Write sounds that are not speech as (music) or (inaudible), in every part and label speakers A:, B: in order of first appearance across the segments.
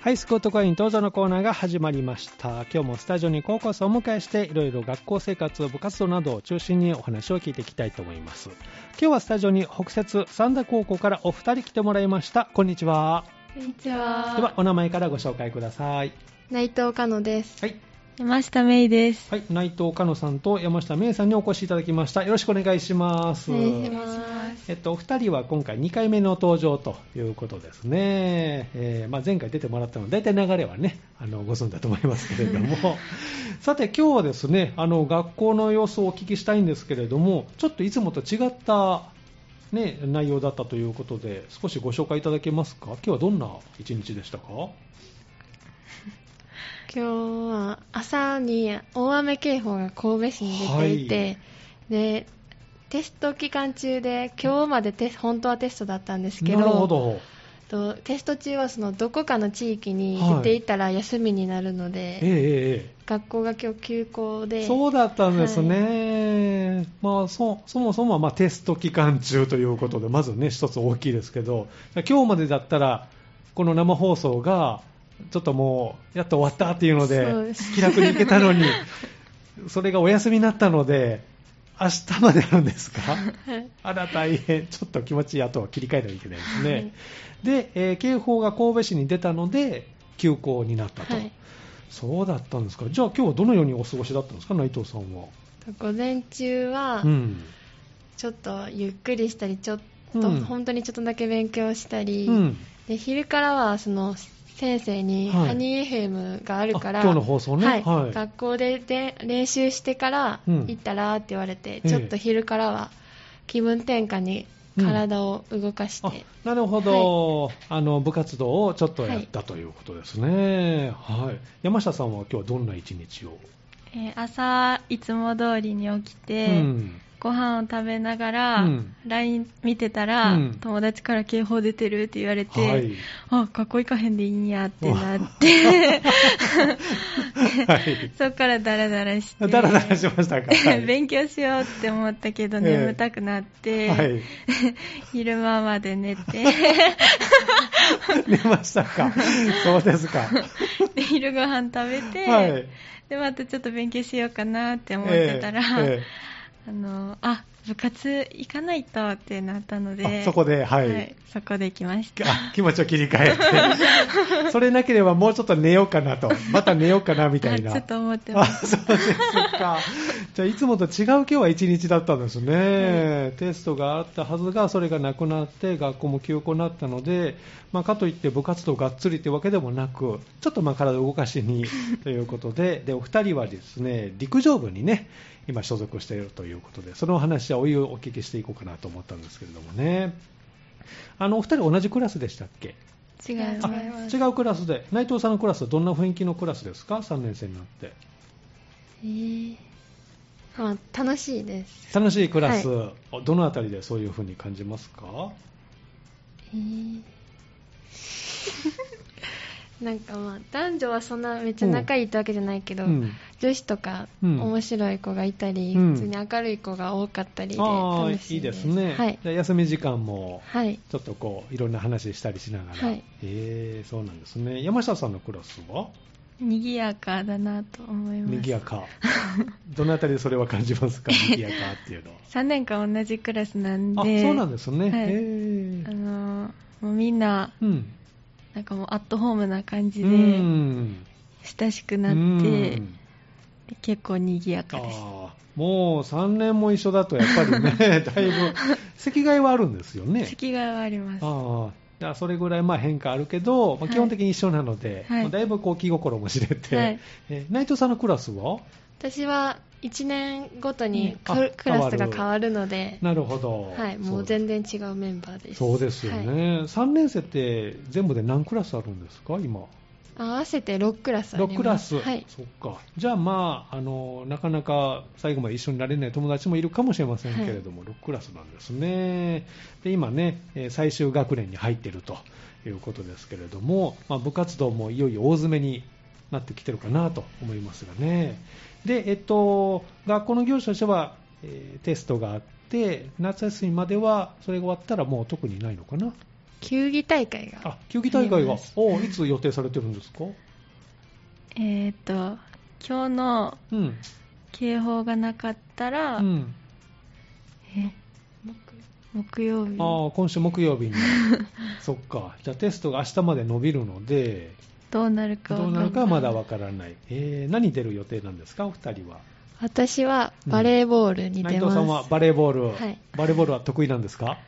A: はい、スクートコイン登場のコーナーが始まりました。今日もスタジオに高校生をお迎えして、いろいろ学校生活、部活動などを中心にお話を聞いていきたいと思います。今日はスタジオに北摂三田高校からお二人来てもらいました。こんにちは。
B: こんにち
A: では
B: は。、
A: お名前からご紹介ください。
B: 内藤かのです。
A: はい。
B: 山下芽衣です。
A: はい、内藤かのさんと山下芽衣さんにお越しいただきました。よろしくお願いします。
B: お願いします。
A: えっと、お二人は今回2回目の登場ということですね。えーまあ、前回出てもらったので、大体流れはね、あの、ご存知だと思いますけれども。さて、今日はですね、あの、学校の様子をお聞きしたいんですけれども、ちょっといつもと違った、ね、内容だったということで、少しご紹介いただけますか今日はどんな一日でしたか
B: 今日は朝に大雨警報が神戸市に出ていて、
A: はい
B: で、テスト期間中で今日までテス本当はテストだったんですけど
A: なるほど。
B: とテスト中はそのどこかの地域に出ていったら休みになるので、
A: ええええええ。
B: 学校が今日休校で
A: そうだったんですね、まあ、そそもそもはまあテスト期間中ということで、まずね、一つ大きいですけど、今日までだったら、この生放送が、ちょっともう、やっと終わったっていうので
B: そうで、す
A: 気楽に行けたの
B: (laughs)
A: に、それがお休みになったので、明日までなんですか、あら、大変、ちょっと気持ちいい、あとは切り替えなきゃいけないですね、
B: はい
A: で、えー警報が神戸市に出たので、休校になったと。
B: はい
A: そうだったんですか。じゃあ今日はどのようにお過ごしだったんですか、内藤さんは。
B: と午前中は、
A: うん。
B: ちょっとゆっくりしたりちょっと、
A: うん
B: 本当にちょっとだけ勉強したり、
A: うん。
B: で昼からはその先生に
A: はい
B: ハニー FM があるから、
A: あ今日の放送ね
B: はい
A: はい
B: 学校でで練習してから
A: うん
B: 行ったらって言われて、
A: ええ
B: ちょっと昼からは気分転換に体を動かして、
A: あ、なるほど、あの部活動をちょっとやったということですね。はい。山下さんは今日はどんな一日を。
C: えー朝いつも通りに起きて、
A: うん。
C: ご飯を食べながら、
A: うん
C: LINE 見てたら、
A: うん
C: 友達から警報出てるって言われて、
A: はい。
C: あ学校行かへんでいいんやってなって
A: はい。
C: (laughs) そっからダラダラして
A: だらだらしましたか。はい
C: (laughs) 勉強しようって思ったけど
A: ええ
C: 眠たくなって、
A: はい。
C: 昼間まで
A: (laughs)
C: 寝て
A: 寝ましたか。そうですか。
C: で昼ご飯食べて、
A: はい。
C: でまたちょっと勉強しようかなって思ってたら、
A: え
C: あのあ部活行かないとってなったの
A: えええ
C: で
A: あそこで、は
C: はいい、そこで来ました。
A: あ気持ちを切り替え
C: (laughs)
A: て、それなければもうちょっと寝ようかなと、また寝ようかなみたいな。
C: あちょっと思って
A: あ
C: ま
A: そうです
B: (laughs)
A: か。じゃあ、いつもと違う今日は一日だったんですね、テストがあったはずが、それがなくなって、学校も休校になったので、まあ、かといって部活動がっつりというわけでもなく、ちょっとまあ体を動かしにということで、で、お二人はですね、陸上部にね、今所属しているということで、そのお話はお湯をお聞きしていこうかなと思ったんですけれどもね。あの、お二人同じクラスでしたっけ
B: 違い
A: あ
B: ます
A: 違うクラスで、内藤さんのクラスはどんな雰囲気のクラスですか、3年生になって。
B: えーまあ、楽しいです、
A: 楽しいクラス、
B: は
A: どのあたりでそういうふうに感じますか
B: えー
A: (laughs)
B: なんかまあ男女はそんなめっちゃ仲いいってわけじゃないけど、
A: うん
B: 女子とか
A: うん
B: 面白い子がいたり、
A: うん
B: 普通に明るい子が多かったりで
A: ああ
B: 楽
A: い
B: し
A: い
B: い
A: で
B: ですす
A: ね、
B: はい
A: じゃあ休み時間も
B: はい
A: ちょっとこういろんな話したりしながら、
B: は
A: へ
B: い
A: えそうなんですね山下さんのクラスは
C: す。賑やかだなと思います。
A: 賑やかどのあたりでそれは感じますか賑やかっていうのは
C: 3年間同じクラスなん
A: あ
C: で、
A: そうなんですね、
C: はい
A: へえ
C: あのーもうみんな、
A: うん
C: なんかもうアットホームな感じ
A: う
C: で、
A: ん
C: 親しくな
A: う
C: って、
A: ん
C: 結構賑やかです。
A: あーもう3年も一緒だとやっぱりねだいぶ席替えはあるんですよね
C: 席替えはあります。
A: ああじゃあそれぐらいまあ変化あるけど、まあ、
C: はい
A: 基本的に一緒なので、
C: はい
A: まあだいぶこう気心も知れて、
C: はい
A: えー内藤さんのクラスは
B: 私は1年ごとに
A: うん
B: ク,、
A: あ
B: クラス
A: 変わ
B: が
A: る
B: 変わるので、
A: なるほど、
B: はい、もう全然違うメンバーです
A: そうですよ
B: はい
A: ね、3年生って全部で何クラスあるんですか今
B: 合わせて6クラスありま
A: 6
B: す
A: クラス、
B: はい、
A: そっかじゃあまああのなかなか最後まで一緒になれない友達もいるかもしれませんけれども、6クラスなんですねで今ねえー最終学年に入っているということですけれども、まあ、部活動もいよいよ大詰めになってきてるかなと思いますがねでえっと学校の行事としては、えーテストがあって夏休みまではそれが終わったらもう特にないのかな
B: 球技大会が
A: あ、球技大会
C: あり
A: が
C: ます、
A: おいつ予定されてるんですか
C: えっ、と今日の
A: うん。
C: 警報がなかったら、
A: うん。
C: え木曜日
A: ああ、今週木曜日
B: (laughs)
A: に。そっか。じゃあテストが明日まで伸びるので、
C: どうなるかわ
A: どう
C: か
A: んな
C: ない
A: るかはまだわからない。えー、何出る予定なんですか、お二人は。
B: 私はバレーボールに
A: 内
B: 出
A: 藤
B: ます、
A: さんはバレーボール。
B: はい
A: バレーボールは得意なん
B: (laughs)
A: ですか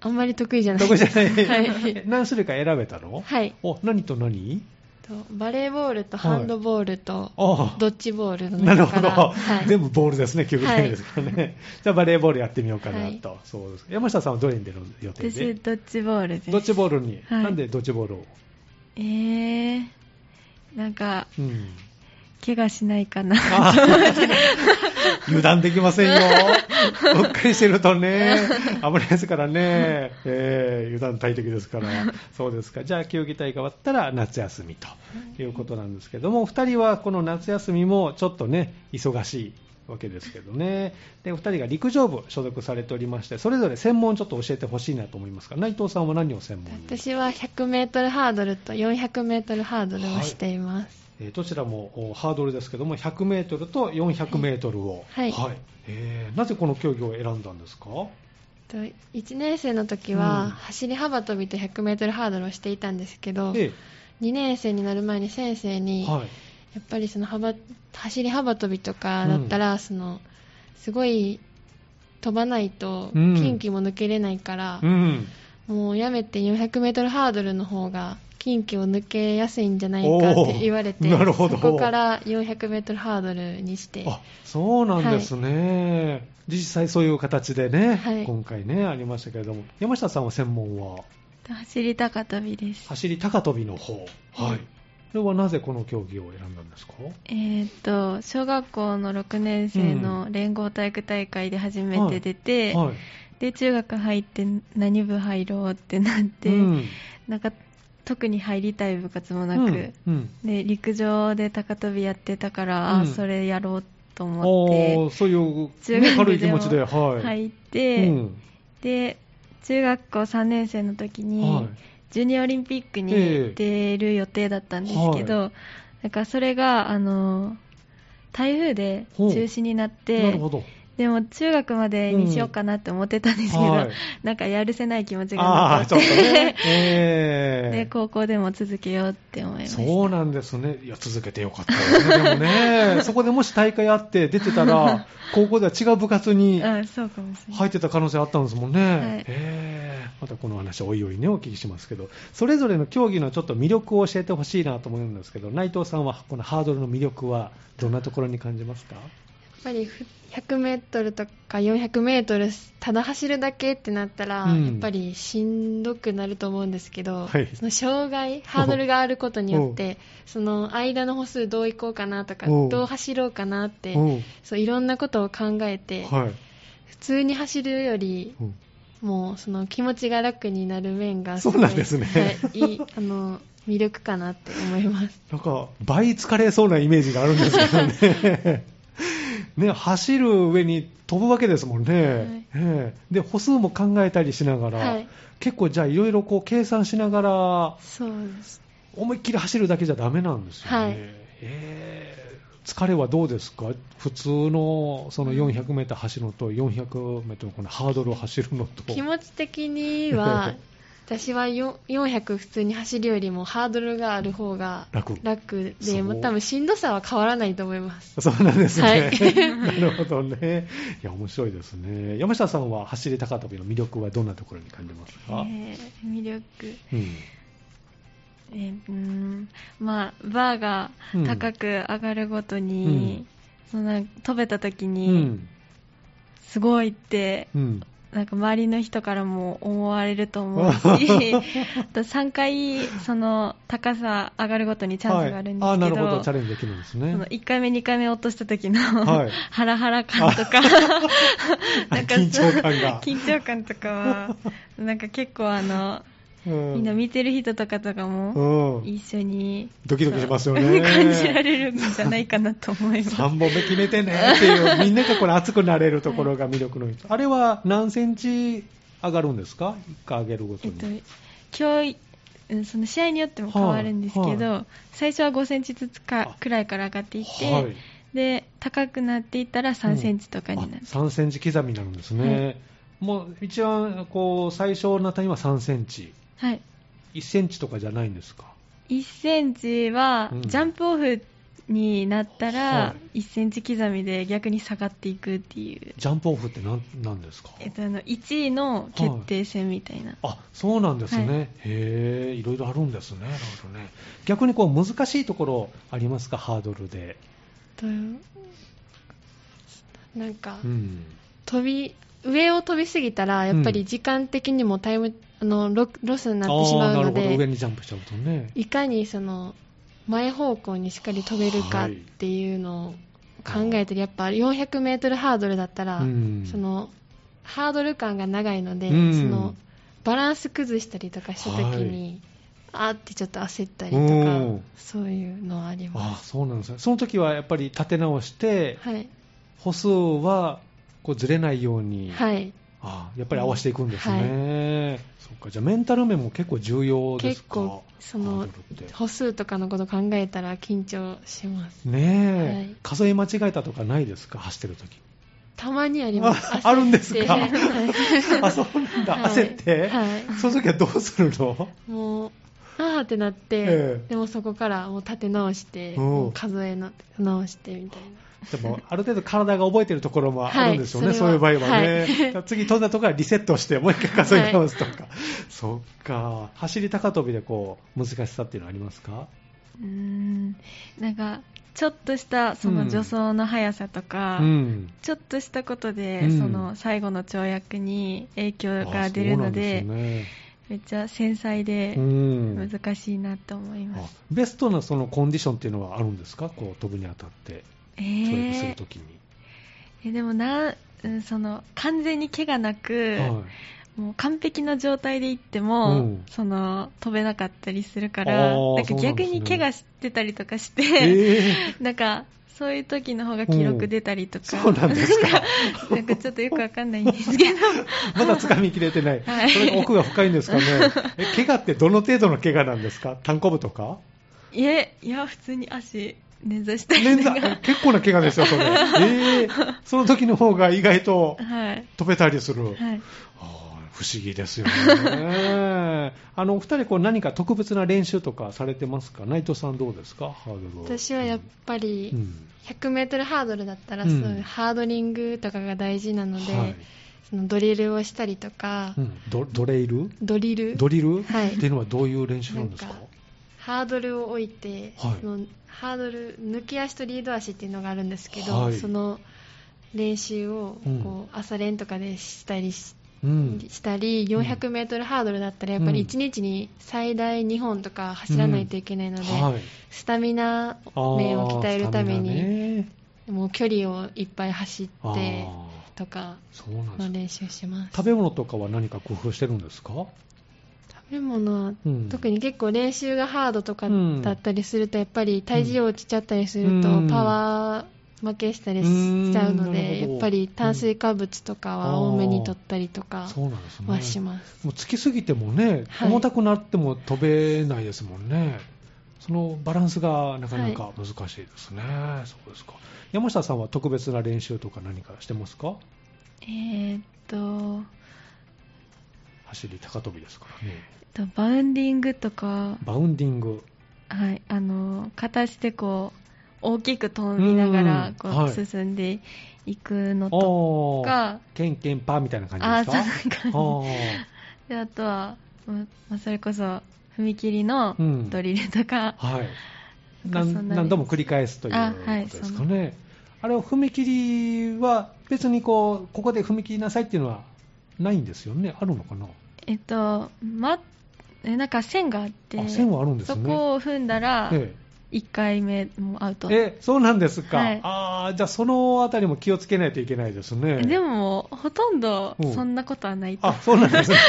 B: あんまり得意じゃない
A: 得意じゃない
B: はい
A: 何種類か選べたの
B: はい
A: お、何と何
B: とバレーボールとハンドボールと
A: ああ
B: ドッジボールの
A: なる
B: 中か
A: ほど、
B: ら、はい、
A: 全部ボールですね、球技大会ですからね、 (laughs) じゃあバレーボールやってみようかなと、そうです山下さんはどれに出る予定
C: 私
A: で、
C: ドッジボールです
A: ドッジボールに、
C: はい
A: なんでドッジボールを、
C: えー、なんか
A: うん、
C: 怪我しないかな
A: あ油断できませんよ、うっかりしてるとね、危ないですからね、えー油断大敵ですから、そうですか、じゃあ、球技大会終わったら夏休みということなんですけども、お二人はこの夏休みもちょっとね、忙しい。わけですけどねでお二人が陸上部所属されておりましてそれぞれ専門ちょっと教えてほしいなと思いますが内藤さんは何を専門に
B: 私は 100m ハードルと 400m ハードルをしています、
A: えーどちらもおハードルですけども 100m と 400m を、
B: はいはい
A: えーなぜこの競技を選んだんですか
B: と1年生の時
A: うん
B: は走り幅跳びと 100m ハードルをしていたんですけど、
A: え
B: 2年生になる前に先生
A: え
B: に、
A: はい
B: やっぱりその幅走り幅跳びとかだったら、そのすごい飛ばないと
A: うん
B: 近畿も抜けれないから
A: う、ん、
B: もうやめて 400m ハードルの方が近畿を抜けやすいんじゃないかって言われて
A: おーなるほど
B: そこから 400m ハードルにして
A: あそうなんですね、実際そういう形でね、
B: はい
A: 今回ねありましたけれども山下さんは専門は
C: 走り高跳びです
A: 走り高跳びの方はいこれはなぜこの競技を選んだんですか
C: えーっと小学校の6年生の連合体育大会で初めて出て、
A: はい
C: で中学入って何部入ろうってなって、
A: うん
C: なんか特に入りたい部活もなく、
A: うんうん
C: で陸上で高跳びやってたから、あ
A: うん
C: それやろうと思
A: お
C: っ
A: ーそういう、ね、
C: 中学でも
A: 軽い気持ちで、
C: て
A: はい。
C: 入って、
A: うん
C: で中学校3年生の時に、
A: はい
C: ジュニアオリンピッ
A: え
C: ク
A: え
C: に出る予定だったんですけど、
A: は
C: なんかそれがあの台風で中
A: ほう
C: 止になっ
A: な
C: て
A: るほど。
C: でも中学までにしようかなって思ってたんですけど、
A: はい
C: なんかやるせない気持ち
A: あ
C: が
A: あ、
C: な
A: ち
C: く
A: ょ
C: な
A: っ
C: っ
A: と
C: て、 (laughs)
A: ね。え
C: で
A: え
C: 高校でも続けようって思いました
A: そうなんですね。いや、続けてよかったよね。でも
C: (laughs)
A: ね、そこでもし大会あって出てたら、高校では違う部活に
C: あそうかもしれない、
A: 入ってた可能性あったんですもんね。
C: はい
A: ええまたこの話、おいおいね、お聞きしますけど、それぞれの競技のちょっと魅力を教えてほしいなと思うんですけど、内藤さんはこのハードルの魅力はどんなところに感じますか
B: やっぱりふ 100m とか 400m ただ走るだけってなったら、
A: うん
B: やっぱりしんどくなると思うんですけど、
A: はい
B: その障害ハードルがあることによ
A: (laughs)
B: ってその間の歩数どう行こうかなとか
A: おう
B: どう走ろうかなって
A: うん
B: そういろんなことを考えて、
A: はい。
B: 普通に走るより
A: うん
B: もうその気持ちが楽になる面がごい
A: そうなんですね
B: はい、いいあの魅力かなって思い
A: (laughs)
B: ます。
A: なんか倍疲れそうなイメージがあるんですけど
B: (laughs)
A: ね。ね、走る上に飛ぶわけですもんね、ねえで歩数も考えたりしながら、
B: はい
A: 結構じゃあいろいろこう計算しながら
B: そうです
A: 思いっきり走るだけじゃダメなんですよね、
B: はい
A: えー疲れはどうですか普通のその 400m 走るのと 400m のこのハードルを走るのと
B: 気持ち的に
A: (laughs)
B: は私はよ400普通に走るよりもハードルがある方が
A: 楽
B: 楽
A: そ
B: で
A: う
B: もう多分しんどさは変わらないと思います
A: そうなんですね、
B: はい
A: (laughs) なるほどねいや面白いですね山下さんは走り高跳びの魅力はどんなところに感じますか、
C: えー魅力、
A: うん
C: えーうーんまあバーが高く上がるごとに、そんな飛べた時
A: う
C: に、
A: ん
C: すごいって
A: うん
C: なんか周りの人からも思われると思
A: (laughs)
C: うしあと3回その高さ上がるごとにチャンスがあるんで
A: はい、
C: す
A: あ
C: け
A: な
C: ど,、
A: るほどチャレンジできるんですね
C: その1回目2回目落とした時の、
A: はい
C: ハラハラ感と
A: (laughs)
C: かなんかそう
A: 緊張感が
C: 緊張感とかはなんか結構あのみんな見てる人とかとかも
A: うん、
C: 一緒に
A: ドキドキしますよね
C: そう (laughs) 感じられるんじゃないかなと思います
A: 3本目決めてねっていうみんながこれ熱くなれるところが魅力の一つあれは何センチ上がるんですか1回上げるごと
C: えっ
A: に、
C: と競技うんその試合によっても変わるんですけど、
A: はい
C: 最初は5センチずつか
A: あ
C: くらいから上がっていって、
A: はい
C: で高くなっていったら3センチとかになって、
A: あ3センチ刻みになるんですね、もう一番こう最小な単位は3センチ
C: はい、
A: 1センチとかじゃないんですか
C: 1センチは
A: うん
C: ジャンプオフになった
A: は
C: ら1センチ刻みで逆に下がっていくっていう、
A: ジャンプオフって何なんですか
C: えっと、あの1位の決定戦みたいな、
A: あそうなんですね、
C: は
A: へえいろいろあるんですねなるほどね逆にこう難しいところありますかハードルで、
B: というなんか、
A: うん、
B: 飛び上を飛びすぎたらやっぱり時間的にもタイム、あのロロスになってしま
A: あー
B: うの
A: なるほど上
B: で
A: にジャンプしちゃうとね
B: いかにその前方向にしっかり飛べるかっていうのを考えたり、やっぱ 400m ハードルだったら、
A: うん
B: そのハードル感が長いので、
A: うん
B: そのバランス崩したりとかした時に、あーってちょっと焦ったりと
A: おー
B: かそういうのはありま
A: あ
B: す。
A: そうなんですねその時はやっぱり立て直して、
B: はい、
A: 歩数はこうずれないように、
B: はい、
A: あやっぱり合わせていくんですね、そっかじゃあメンタル面も結構重要です
B: 結
A: か
B: 構そ
A: ハード
B: の
A: ルって
B: 歩数とかのこと考えたら緊張します。
A: ねえ、
B: はい
A: 数え間違えたとかないですか走ってる時
B: たまにあ
A: (laughs)
B: ります。
A: あ
B: 焦って
A: あるんですか
B: はい
A: (laughs) あそうなんだ、
B: はい
A: 焦って、
B: はい
A: その時はどうするの
B: もう、あーってなって、
A: ええ
B: でもそこからもう立て直して、
A: うん
B: もう数えな直してみたいな。
A: でもある程度体が覚えてるところもあるんですよね、
B: はい
A: そ
B: そうれ
A: いう場
B: は
A: 合はね、
B: はい
A: だから次飛んだところはリセットしてもう一回数え直すとか、そっか走り高跳びでこう難しさっていうのはありますか
C: うーんなんかちょっとしたその助走の速さとか、
A: うん
C: ちょっとしたことで、
A: うん
C: その最後の跳躍に影響
A: あ
C: が出るので
A: そうなんです
C: めっちゃ繊細で
A: ねうん
C: 難しいなと思いま
A: あ
C: す、
A: ベストなそのコンディションっていうのはあるんですかこう飛ぶにあたって跳躍す
C: え
A: る
C: ー
A: ときに、
C: えでもな、うんその完全に怪我なく、
A: はい
C: もう完璧な状態で行っても、
A: うん
C: その飛べなかったりするか
A: あ
C: ら
A: ー
C: なんか
A: そうなんですね
C: 逆に怪我してたりとかして、
A: え
C: (laughs) なんかそういう時の方が記録出たりとか、
A: そうなんですか
C: (laughs) なんかちょっとよくわかんないんです
A: (laughs)
C: けど
A: まだ掴みきれてない、
C: はい
A: それが奥が深いんですかねえ怪我ってどの程度の怪我なんですか単行部とか
C: いえいや普通に足捻挫した
A: 捻
C: りと
A: 挫
C: か
A: 結構な怪我ですよそれ、えーその時の方が意外と
C: はい
A: 飛べたりする、
C: はい
A: あー不思議ですよね (laughs) あのお二人こう何か特別な練習とかされてますか内藤さんどうですかハードル
B: 私はやっぱり、
A: うん
B: 100メートルハードルだったら、
A: う
B: そうんいうハードリングとかが大事なので、
A: はい
B: そのドリルをしたりとか、
A: うんドドレイル
B: ドリル
A: ドリル、
B: はい
A: っていうのはどういう練習なんですか
B: なんかハードルを置いて、
A: はい
B: そのハードル抜き足とリード足っていうのがあるんですけど、
A: はい
B: その練習を
A: うん
B: こう朝練とかでしたりし,、
A: うん
B: たり 400m ハードルだったらやっぱり1日に最大2本とか走らないといけないので、
A: はい、
B: スタミナ
A: あー
B: 面を鍛えるため
A: スタミナ
B: に、
A: ね
B: もう距離をいっぱい走
A: あ
B: って
A: ー
B: とか
A: そうなんです
B: の
A: ね
B: 練習します
A: 食べ物とかは何か工夫してるんですか
B: 食べ物は、
A: うん
B: 特に結構練習がハードとか
A: うん
B: だったりすると、やっぱり体重落ちちゃったりすると、
A: うん
B: パワー負けしたりしちゃうので、
A: うん
B: やっぱり炭水化物とかは多めに取ったりとか
A: そうなんですね
B: はします。
A: もうつきすぎてもね、
B: はい
A: 重たくなっても飛べないですもんね、そのバランスがなかなか難しいですね、そうですか山下さんは特別な練習とか何かしてますか、
C: えーっと
A: 走り高跳びですからね、
C: えっとバウンディングとか、
A: バウンディング、
C: はい、あの片足でこう大きく飛びながら
A: うん
C: こ
A: はいう
C: 進んでいくのと
A: おー
C: か、
A: ケンケンパーみたいな感じ
C: ああー
A: で
C: そ
A: す
C: ん
A: か
C: な。感じであとは、うんまあ、それこそ踏切の
A: うん
C: ドリルとか
A: あ、ーはい
C: なんかそ
A: 何
C: んな
A: 何度も繰り返すという
C: あ
A: こと
C: はい
A: ですかね、あれを踏切は別にこうここで踏み切りなさいっていうのはないんですよね、あるのかな、
C: えっと、ま、えなんか線があって
A: あ線はあるんですね
C: そこを踏んだら
A: ええ
C: 1回目もアウト、
A: えそうなんですか、
C: はい
A: ああじゃあそのあたりも気をつけないといけないですね。
C: でももうほとんど
A: うん
C: そんなことはないと、
A: あそうなん
C: (laughs)
A: ですね、よ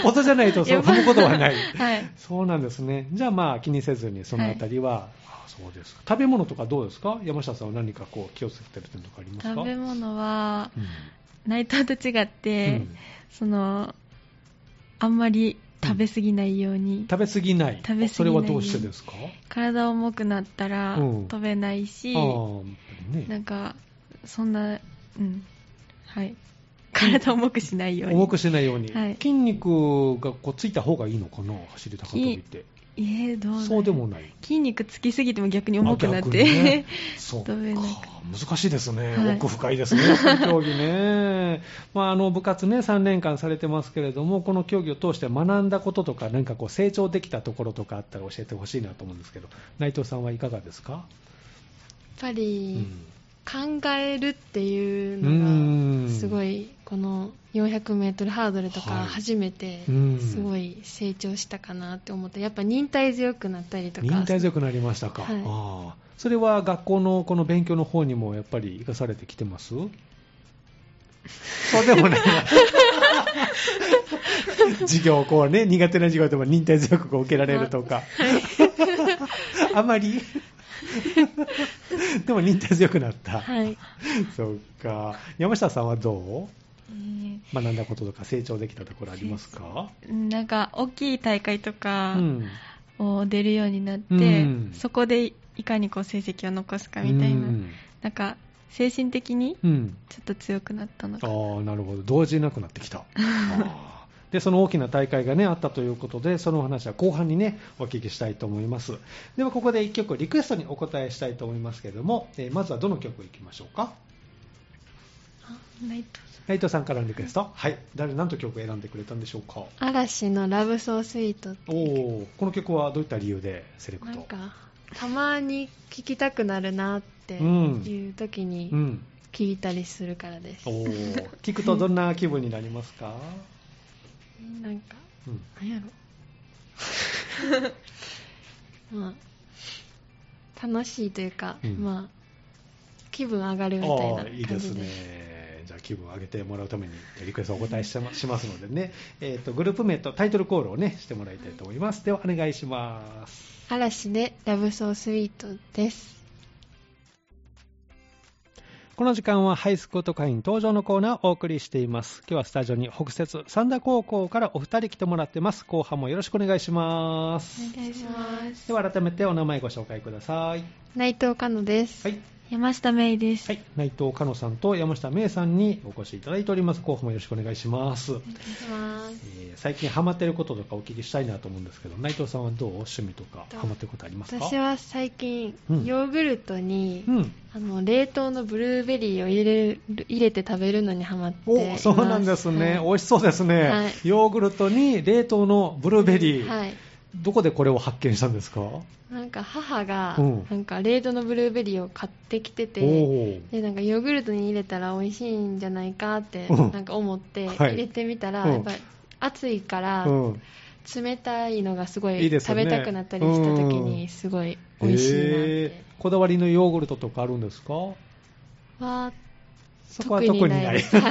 A: っぽどじゃないと、そう
C: やば
A: 踏むことはない、
C: はい、
A: そうなんですね、じゃあまあ気にせずに、そのあたりは、あそうですか食べ物とかどうですか、山下さんは何かこう気をつけてる点とかありますか
C: 食べ
A: 物、
C: 物は
A: うん
C: 内藤と違って、
A: うん
C: そのあんまり食べ過ぎないように、
A: 食べ過ぎない
C: 食べ過ぎない
A: それはどうしてですか
C: 体重くなったら
A: うん
C: 飛べないし、
A: ああーやっぱり
C: な
A: ね
C: んかそんなうんはい体重くしないように
A: 重くしないように、
C: はい
A: 筋肉がこうついた方がいいのかな走り高跳びって
C: えーどうだろ
A: そうでもない
C: 筋肉つきすぎても逆に重くな
A: あ
C: っ
A: 逆
C: て、
A: にね
C: (laughs)
A: そうか
C: 飛べない
A: 難しいですね、
C: はい
A: 奥深いですね、この競技ね、 (laughs) まあ、あの部活ね、3年間されてますけれども、この競技を通して学んだこととか、なんかこう成長できたところとかあったら教えてほしいなと思うんですけど、内藤さんはいかがですか、
B: ぱ
A: う
B: り
A: ん
B: 考えるっていう
A: う
B: の
A: ん
B: がすごいこの 400m ハードルと
A: は
B: か
A: い
B: 初めて
A: うん
B: すごい成長したかなって思ってやっぱ忍耐強くなったりとか
A: 忍耐強くなりましたか、
B: はい
A: ああそれは学校のこの勉強の方にもやっぱり生かされてきてますそうでもない (laughs) 授業をこうね苦手な授業でも忍耐強くこう受けられるとか、あま
B: (laughs)
A: りでも忍耐強くなった、
B: はい
A: そうか山下さんはどう
C: えー
A: 学んだこととか成長できたところありますか、
C: なんか大きい大会と
A: う
C: か
A: ん、
C: を出るようになって、
A: うん
C: そこでいかにこう成績を残すかみたいな、
A: うん
C: なんか精神的に
A: うん
C: ちょっと強くなったのか
A: ああなるほど動じなくなってきたあーでその大きな大会が、ね、あったということでそのお話は後半に、ね、お聞きしたいと思いますではここで1曲リクエストにお答えしたいと思いますけれども、えーまずはどの曲いきましょうか
C: ないと
A: 内藤さんからのリクエストはい誰何と曲を選んでくれたんでしょうか
B: 嵐の「ラブソースイート」って
A: おおこの曲はどういった理由でセレクト
B: なんかたまに聴きたくなるなって
A: うん
B: いう時に
A: うん
B: 聴いたりするからです、
A: おお聞くとどんな気分になりますか、
B: なんか
A: うん
B: なんやろ (laughs) まあ楽しいというか、
A: うん
B: まあ気分上がるみたい
A: あ
B: な感
A: あ
B: じ
A: いいですね
B: です。
A: じゃあ気分を上げてもらうためにリクエストお答えしましますのでね、えー、とグループ名とタイトルコールをねしてもらいたいと思います、ではお願いします
B: 嵐でラブソースイートです。
A: この時間はハイスクート会員登場のコーナーをお送りしています今日はスタジオに北摂三田高校からお二人来てもらってます後半もよろしくお願いします
C: お願いします
A: では改めてお名前ご紹介ください
B: 内藤かのです。
A: はい、
C: 山下芽衣です、
A: はい、内藤かのさんと山下芽さんにお越しいただいております後半もよろしくお願いします
B: お願いします。
A: えー最近ハマってることとかお聞きしたいなと思うんですけど内藤さんはどう趣味とか
B: と
A: ハマってることありますか
B: 私は最近、
A: うん
B: ヨーグルトに、
A: うん
B: あの冷凍のブルーベリーを入れる入れて食べるのにハマってい
A: お
B: ます
A: そうなんですね、
B: はい
A: 美味しそうですね、
B: はい
A: ヨーグルトに冷凍のブルーベリー、
B: はい
A: どこでこれを発見したんですか
B: なんか母が、
A: うん
B: なんか冷凍のブルーベリーを買ってきて
A: お
B: て
A: ー
B: でなんかヨーグルトに入れたら美味しいんじゃないかって
A: うん
B: なんか思って
A: はい
B: 入れてみたら、
A: うん
B: やっぱ暑いから
A: うん
B: 冷たいのがすご
A: い
B: い
A: いです
B: 食
A: よね
B: べたくなったりした時
A: うん
B: にすごい美味しいなって、
A: えーこだわりのヨーグルトとかあるんですか
B: は
A: そこは
B: 特
A: 特
B: に
A: に
B: な
A: ないい
B: です、は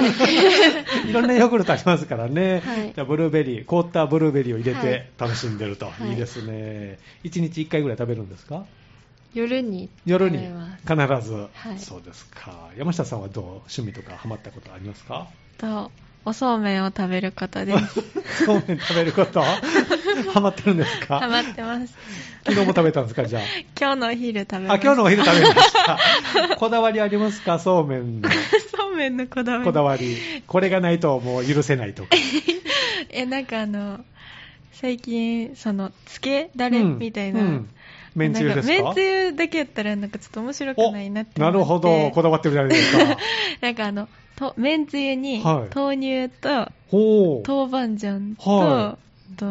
A: (laughs)
B: い
A: いろんなヨーグルトありますからね、
B: はい
A: じゃあブルーベリー凍ったブルーベリーを入れ
B: は
A: て
B: い
A: 楽しんでると、
B: はい
A: い、いですね1日1回ぐらい食べるんですか
B: 夜に
A: 夜
B: 食
A: に
B: べます
A: 必ず、
B: はい
A: そうですか山下さんはどう趣味とかハマったことありますか (laughs)
C: とおそうめんを食べることです
A: そうめん食べること
C: (laughs)
A: ハマってるんです
C: ハ
A: か
C: マってます
A: 昨日も食べたんですか
C: (laughs)
A: じゃあ
C: 今日のお昼食べま
A: あ
C: す
A: 今日のお昼食べましたこだわりありますかそうめんの
C: そうめんのこだわり
A: こだわりこれがないともう許せないとか
C: えなんかあの最近そのつけだれみたいな、
A: うんんうんめんつゆですか
C: なんかめんつゆだけやったらなんかちょっと面白くないなって
A: おなるほどこだわってるじゃないです
C: (laughs)
A: か
C: なんかあのとめんつゆに
A: はい
C: 豆乳と
A: ほう
C: 豆板醤と、
A: は
C: と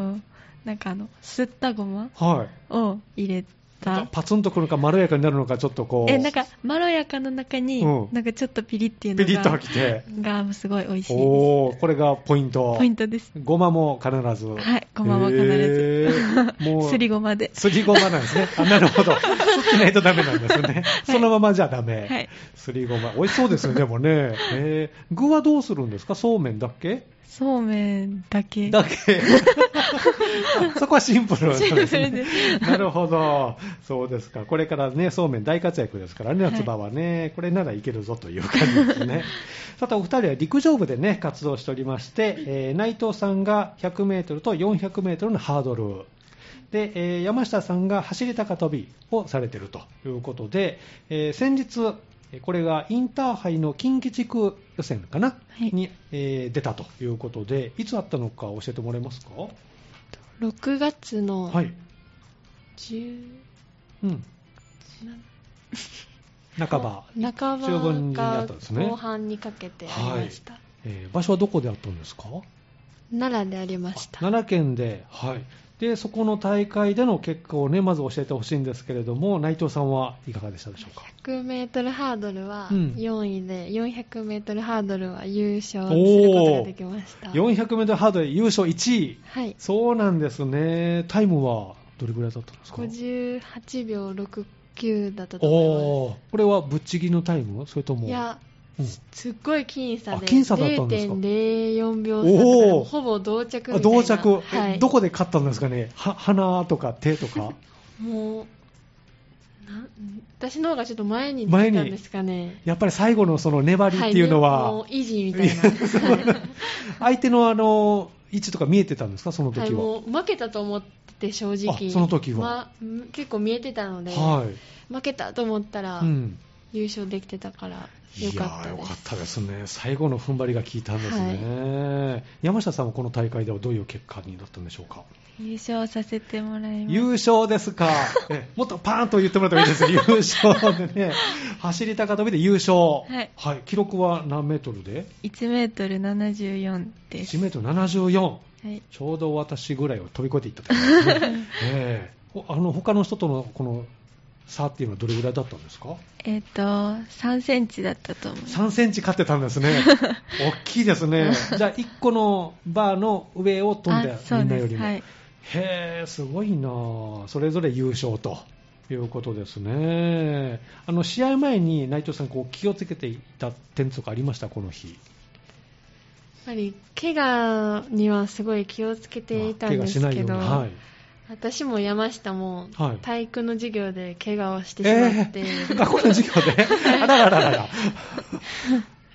C: なんかあのすったごま
A: はい
C: を入れた
A: パツンとくるのかまろやかになるのかちょっとこう
C: えなんかまろやかの中に、
A: うん
C: なんかちょっとピリっていうの
A: ピ
C: が
A: リッときて
C: がすごい美味しいです
A: おおこれがポイント
C: ポイントです
A: ごまも必ず。
C: はいごまは必ず
A: へーもう、
C: すりごまです
A: りごまなんですね。あ、なる
C: (laughs)
A: ほど。すってないとダメなんですね。そのままじゃダメ。
C: はい
A: すりごま。美味しそうですね、でもね。えー具はどうするんですかそうめんだっけ
C: そうめんだけ。
A: だ
C: (laughs)
A: けそこはシンプルなんです
C: シンプル
A: ね。なるほど。そうですか。これからね、そうめん大活躍ですからね、
C: はい
A: 夏場はね、これならいけるぞという感じです
C: (laughs)
A: ね。さて、お二人は陸上部でね、活動しておりまして、えー内藤さんが100メートルと400メートルのハードル。で、えー山下さんが走り高跳びをされているということで、えー先日、えーこれがインターハイの近畿地区予選かな、
C: はい
A: に、えー出たということで、いつあったのか教えてもらえますか
B: 6月の
A: はい。
B: 10
A: うん。半ば。
B: 半
A: 中盤
B: ば
A: にな
B: か
A: ったんですね
B: 後半にかけてありました、
A: えー場所はどこであったんですか
B: 奈良でありました
A: 奈良県で。はい。で、そこの大会での結果をね、まず教えてほしいんですけれども、内藤さんはいかがでしたでしょうか
B: 100m ハードルは
A: うん
B: 4位で、400m ハードルは優勝することができましたは
A: ?400 メートルハードル優勝1位。
B: い
A: そうなんですね。タイムはどれぐらいだったんですか
B: 58秒69だったと思
A: おーこれはぶっちぎりのタイムそれと
B: いま
A: も
B: すいや
A: うん
B: すっごい僅差
A: あ
B: で
A: 僅差だったんですか
B: 0.04秒差
A: おー
B: ほぼ同着
A: あ
B: みたいな
A: 同着、
B: はい、
A: どこで勝ったんですかねは鼻とか手と
B: (laughs)
A: か
B: もうなん私の方がちょっと前に出たんですかね
A: やっぱり最後のその粘りっていうの
B: い
A: は、
B: もう維持
A: (laughs)
B: みたいな
A: 相手のあの位置とか見えてたんですかその
B: はい、
A: 時は、
B: もう負けたと思ってて正直
A: あその時は、
B: まうん結構見えてたので、
A: はい
B: 負けたと思ったら、
A: うん、
B: 優勝できてたから
A: い
B: よ
A: や
B: かった
A: ーよ
B: で
A: か
B: す
A: ったですね最後の踏ん張りが効いたんですね、山下さんはこの大会ではどういう結果になったんでしょうか
C: 優勝させてもらい
A: 優
C: ま
A: 勝ですかえもっとパーンと言ってもらってもいいですよ優 (laughs) 勝でね走り高跳びで優勝、
C: はい。
A: 記録は何メートルです
C: 1メートル74です。
A: 1メートル74
C: はい。
A: ちょうど私ぐらいを飛び越えていったと思います
C: (laughs)
A: ね、ええほあの他の人とのこの差っていうのはどれぐらいだったんですか
C: えっ、と、3センチだったと思います。
A: 3センチ勝ってたんです
C: (laughs)
A: ね大きいですねじゃあ1個のバーの上を飛んで
C: あそう
A: み
C: で
A: んな
C: す
A: よりも、
C: はい。
A: へえ、すごいなあそれぞれ優勝ということですね。あの試合前に内藤さんこう気をつけていた点とかありましたこの日。
B: やっぱり怪我にはすごい気をつけていたんです
A: まあ怪我しない
B: け
A: ように。
B: ど、
A: はい。
B: 私も山下も
A: はい
B: 体育の授業で怪我をしてしまって、
A: えー学 (laughs) 校の授業で。
B: (laughs)
A: あららららら。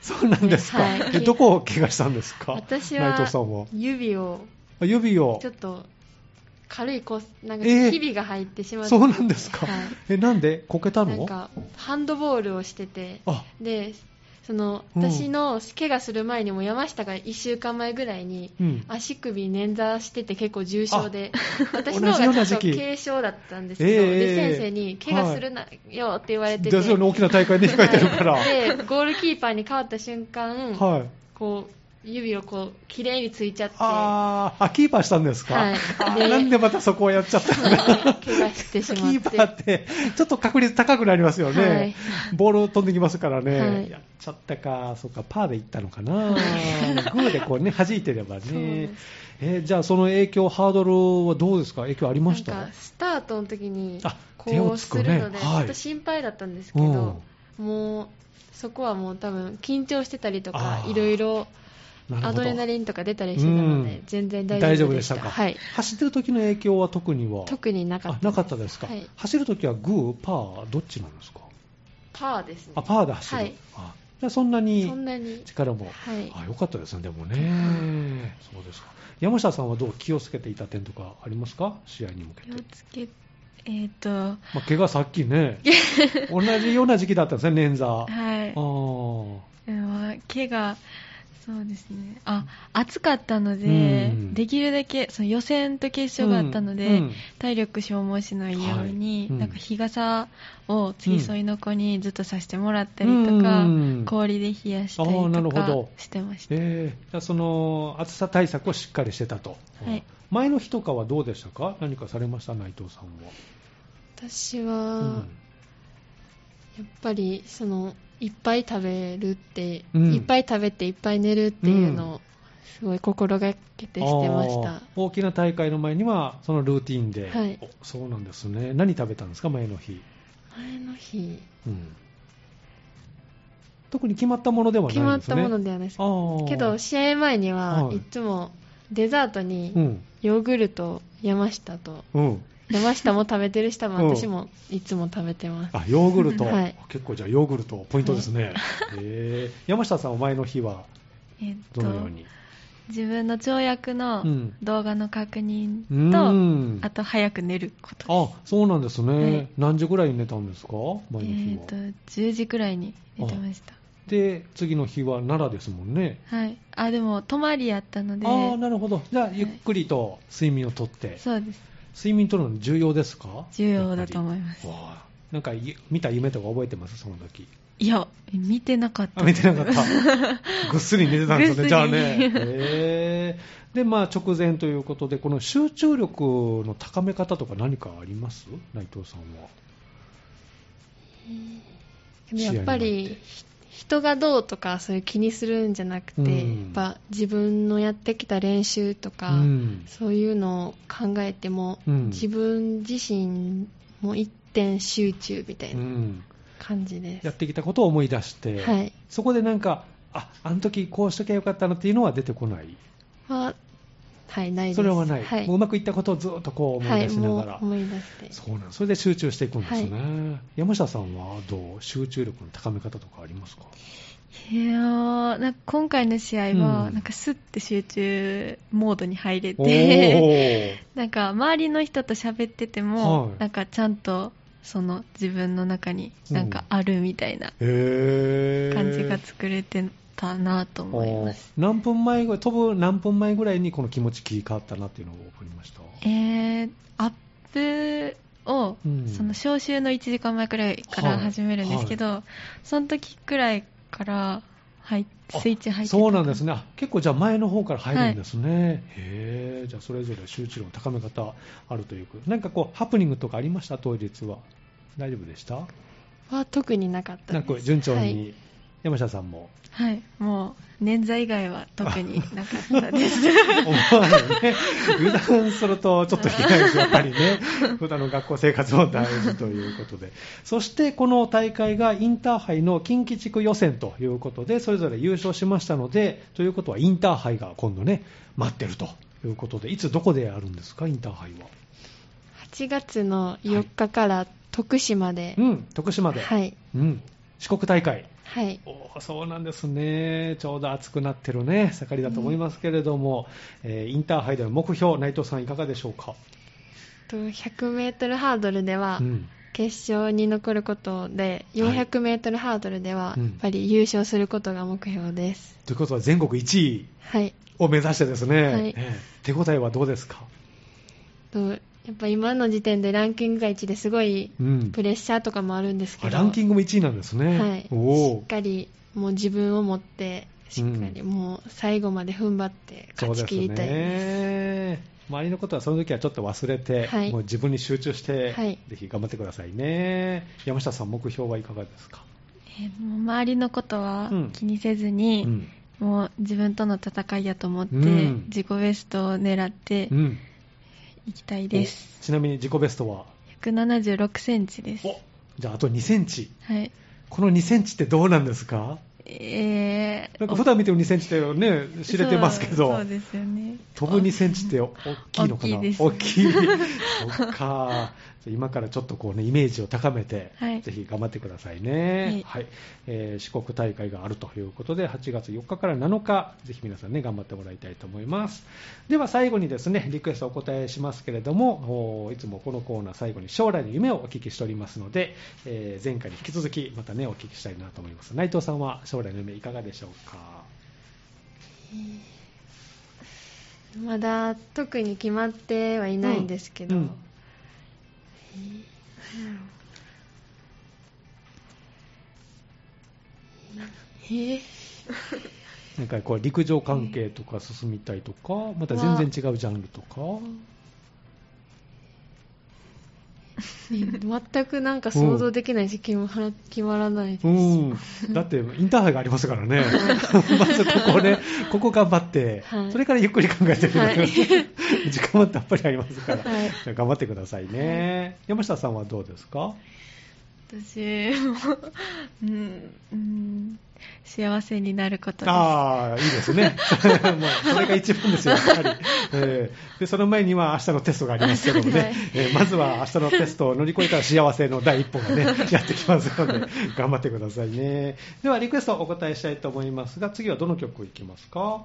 A: そうなんですか。
B: はい
A: えどこを怪我したんですか。
B: (laughs) 私
A: 内
B: は
A: 藤さんは。
B: 指を
A: あ指を
B: ちょ。っと軽いこなんか
A: えー
B: ひびが入ってしまって、
A: そうなんですか。
B: はい
A: えなんでこけたの？
B: なんかハンドボールをしてて
A: あ、
B: でその
A: うん
B: 私の怪我する前にも山下が1週間前ぐらいに
A: うん。
B: 足首捻挫してて結構重症で私
A: 同
B: の
A: じよ
B: 方
A: うな
B: がち
A: 時
B: ょっと
A: 期
B: 軽症だったんですけど、
A: ええええ
B: で先生に怪我するなよって言われてて、
A: ですよね大きな大会に控えてるから。
B: は
A: はい
B: (laughs) でゴールキーパーに変わった瞬間、
A: い。
B: こう指をこう綺麗についちゃって
A: あーあ、キーパーしたんですか、
B: はい
A: あ
B: で
A: (laughs) なんでまたそこをやっちゃったんだ
B: 怪我してし
A: キ
B: まって
A: ーパーって、ちょっと確率高くなりますよね、
B: はい
A: ボール飛んできますからね、
B: はい
A: やっちゃったか、そうか、パーでいったのか (laughs) な、グーでこうね、弾いてれば
B: そう
A: ね
B: で、
A: えーじゃあ、その影響、ハードルはどうですか、影響ありました
B: なんかスタートの時に
A: あ手
B: こ
A: を
B: う
A: つ
B: す
A: くね
B: るので、
A: はい
B: ちょっと心配だったんですけ
A: う
B: ど、もうそこはもう多分緊張してたりと
A: あ
B: か
A: ー
B: いろいろ
A: んなるほど
B: アドレナリンとか出たりしてたので
A: うん
B: 全然大
A: 大丈
B: 丈夫
A: 夫
B: で
A: で
B: し
A: したたか、
B: はい、
A: 走ってる時の影響は特には
B: 特になかっ
A: あ
B: た
A: なかったですか、
B: はい
A: 走る時はグー、パー、どっちなんですか、
B: パーですね
A: あパーで走る、
B: はい
A: あじゃあそんなに
B: そんなに
A: 力も
B: はい
A: あ良かったですね、でもね、そうですか山下さんはどう気をつけていた点とかありますか、試合に向けて
C: 気を、つけ、えっ、と、
A: まあ、怪我さっき
C: (laughs)
A: ね、同じような時期だったんですね、捻挫、
C: はい。
A: あ
C: うん毛がそうですねあ暑かったので、
A: うん
C: できるだけその予選と決
A: ー
C: 勝があったので、
A: うんうん
C: 体力消耗しないように、
A: はいうん
C: なんか日傘を付き添いの子にずっとさせてもらったりとか、
A: うん
C: 氷で冷やしたり
A: あーなる
C: と
A: ほ
C: か
A: ど
C: してました、
A: えーじゃあその暑さ対策をしっかりしてたと、
C: はい
A: 前の日とかはどうでしたか、何かされました、内藤さんは。
B: 私は、
A: うん
B: やっぱりそのいっぱい食べるって、
A: うん
B: いっぱい食べていっぱい寝るっていうのをすごい心がけてしてまし
A: あー
B: た
A: 大きな大会の前にはそのルーティンで、
B: はい
A: おそうなんですね何食べたんですか前の日、
B: 前の日
A: うん特に決まったものではない
B: 決
A: ん
B: ま
A: で
B: っ
A: すね
B: たものではないです。
A: ああ
B: けど、試合前には
A: はい
B: いつもデザート
A: う
B: に
A: ん
B: ヨーグルト、山下と、
A: うん
B: 山下も食べてる人も
A: うん
B: 私もいつも食べてます。
A: あヨーグルト、
B: はい
A: 結構じゃあヨーグルトポイントですね、
C: (laughs)
A: へえ山下さんお前の日は
C: えっ
A: ど
C: と
A: のように
C: 自分の跳躍の
A: うん
C: 動画の確認
A: う
C: と、
A: ん
C: あと早く寝ること
A: あそうなんですね、
C: はい
A: 何時ぐらいに寝たんですか前の
C: え
A: 日
C: っ
A: は、
C: と10時くらいに寝てました
A: で次の日は奈良ですもんね
C: はいあでも泊まりやったので
A: ああなるほどじゃあ
C: はい
A: ゆっくりと睡眠をとって、
C: そうです
A: 睡眠とるの重要ですか
C: 重要だと思います
A: やっぱりわあなんかゆ見た夢とか覚えてますその時
C: いや見てなかった
A: あ見てなかった。
C: (laughs)
A: ぐっすり寝てたんです
C: ぐ
A: ね、
C: っすり
A: じゃあね。へーで、まあ、直前ということで、この集中力の高め方とか何かあります内藤さんは。試合にな
B: でもやっぱ
A: っ
B: り
A: て
B: 人がどうとかそういう気にするんじゃなくて、
A: うん
B: やっぱ自分のやってきた練習とか、
A: うん
B: そういうのを考えても、
A: うん
B: 自分自身も一点集中みたいうなん感じです。
A: やってきたことを思い出して、
B: はい
A: そこでなんか、あ、あの時こうしときゃよかったなっていうのは出てこない。
B: は、はい、ないです。
A: それはない。
B: はい
A: もううまくいったことをずっとこう思い出しながら。
B: はい、もう思い出して。
A: そうなんそれで集中していくんですね、山下さんはどう集中力の高め方とかあります
C: (laughs)
A: か
C: いやーなんか今回の試合は、
A: うん
C: なんかスッて集中モードに入れ
A: お
C: て
A: ー
C: (laughs) なんか周りの人と喋ってても、
A: はい
C: なんかちゃんとその自分の中になんかあるみたいな
A: へー
C: 感じが作れてたなと思います、
A: あー何分前ぐらい飛ぶ何分前ぐらいにこの気持ち切り替わったなっていうのを分かりました
C: えー、アップを、
A: うん
C: その招集の1時間前くらいか
A: は
C: ら
A: い
C: 始めるんですけど、その時くらいから入っ
A: あ
C: スイッチ入ってた
A: そうなんですねあ結構じゃあ前の方から入るんですね、へえじゃあそれぞれ集中力の高め方あるというかなんかこうハプニングとかありました当日は大丈夫でした
B: は特になかった
A: な
B: で
A: ん
B: す。
A: か順調に、
B: はい
A: 山下さんも
C: はいもう捻挫以外は
A: (laughs)
C: 特になかったです
A: 思わないね油断するとちょっといけないですやっぱり
B: (laughs)
A: ね普段の学校生活も大事ということでそしてこの大会がインターハイの近畿地区予選ということでそれぞれ優勝しましたのでということはインターハイが今度ね待ってるということでいつどこでやるんですかインターハイは
B: 8月の4日から徳島で、
A: うん徳島で、
B: はい、
A: うん四国大会
B: はい、
A: おーそうなんですね、ちょうど暑くなってるね、盛りだと思いますけれども、えーインターハイでの目標、内藤さん、いかがでしょうか。
B: と100メートルハードルでは、
A: うん
B: 決勝に残ることで、400メートルハードルでは、
A: うん
B: やっぱり優勝することが目標です。
A: ということは、全国1位
B: はい、
A: を目指してですね、
B: はい
A: えー手応えはどうですか、
B: とやっぱ今の時点でランキングが1ですごい
A: うん
B: プレッシャーとかもあるんですけ
A: あ
B: ど、
A: ランキングも1位なんですね、
B: はい、
A: おー
B: しっかりもう自分を持って、しっかりもう最後まで踏ん張って
A: そう
B: 勝
A: で
B: ち
A: す
B: 切りたいです。
A: ね。周りのことはその時はちょっと忘れて、
B: はい
A: もう自分に集中して、
B: はい
A: ぜひ頑張ってくださいね。山下さん、目標はいかがですか、
C: えーもう周りのことは
A: うん
C: 気にせずに、
A: うん
C: もう自分との戦いだと思って、
A: うん
C: 自己ベストを狙って
A: うん
C: いきたいです、
A: おちなみに自己ベストは
C: 176センチです
A: おじゃああと2センチ
C: はい
A: この2センチってどうなんですか
C: えー、
A: なんか普段見ても2センチってね知れてますけ
C: そう
A: ど
C: そうですよね
A: 飛ぶ2センチって大きいのかな
C: 大きいです
A: 大きいそっか (laughs) じゃあ今からちょっとこうねイメージを高めて、
C: はい
A: ぜひ頑張ってくださいね、
C: は
A: はいえー四国大会があるということで8月4日から7日ぜひ皆さんね頑張ってもらいたいと思いますでは最後にですねリクエストお答えしますけれどもおーいつもこのコーナー最後に将来の夢をお聞きしておりますので、えー前回に引き続きまたねお聞きしたいなと思います内藤さんは将来の夢いかがでしょうか
B: まだ特に決まってはいないんですけど、
A: うんうん
B: えー
A: なんかこう陸上関係とか進みたいとか、また全然違うジャンルとか、
B: ね全くなんか想像できないし、決まら決まらないです、
A: うん、だってインターハイがありますからね、 (laughs) まずここね、ここ頑張って、
B: はい
A: それからゆっくり考えてみる、
B: はい
A: (laughs) 時間もたっぷりありますから、
B: はい
A: じゃあ頑張ってくださいね、山下さんはどうですか、
C: 私も、 (laughs) うん、うん、幸せになることです。
A: ああ、いいです
C: (laughs)
A: ね。もう、それが一番ですよ、やっぱり。えーで、その前には明日のテストがありますけどもね、
C: はい
A: えーまずは明日のテストを乗り越えたら幸せの第一歩が
C: (laughs)
A: ね、やってきますので、頑張ってくださいね。では、リクエストお答えしたいと思いますが、次はどの曲いきますか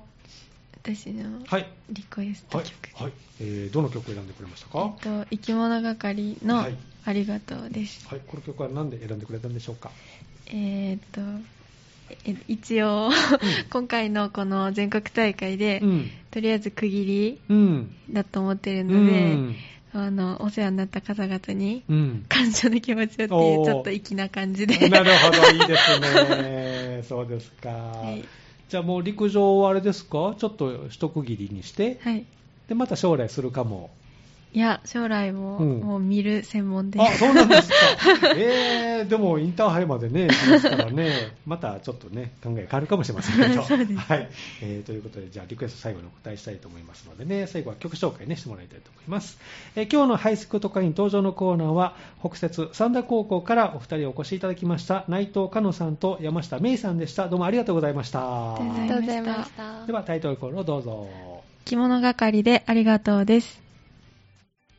C: 私の
A: はい。
C: リクエスト
A: はい
C: 曲。。
A: はい。えーどの曲を選んでくれましたか、
C: えっと、生き物係の
A: はい
C: ありがとうです。
A: はい、この曲は何で選んでくれたんでしょうか
C: えーっと、え一応、 (laughs) 今回のこの全国大会で、
A: うん。
C: とりあえず区切
A: うん。
C: りだと思ってる
A: う
C: ので、
A: ん。
C: あの、お世話になった方々に
A: うん。
C: 感謝の気持ちをっていう、ち
A: おー
C: ょっと粋な感じで。
A: なるほど、いいですね。そうですか。
C: (laughs) はい。
A: じゃあもう陸上はあれですかちょっと一区切りにして、
C: はい。
A: で、また将来するかも。
C: いや、将来も、
A: うん
C: もう見る専門で。
A: あ、そうなんですか。 (laughs) えー、でもインターハイまでね、来ますからね、
C: (laughs)
A: またちょっとね、考え変わるかもしれませんけど。
C: そうです
A: はい、えーということで、じゃあリクエスト最後にお答えしたいと思いますのでね、最後は曲紹介ね、してもらいたいと思います。えー今日のハイスクート会員登場のコーナーは、北節三田高校からお二人お越しいただきました、内藤香乃さんと山下芽衣さんでした。どうもありがとうございました
C: あ。りがとうござ
B: あり
C: いました
B: がとうございました
A: ではタイトルコールをどうぞ。
C: 着物係でありがとうです。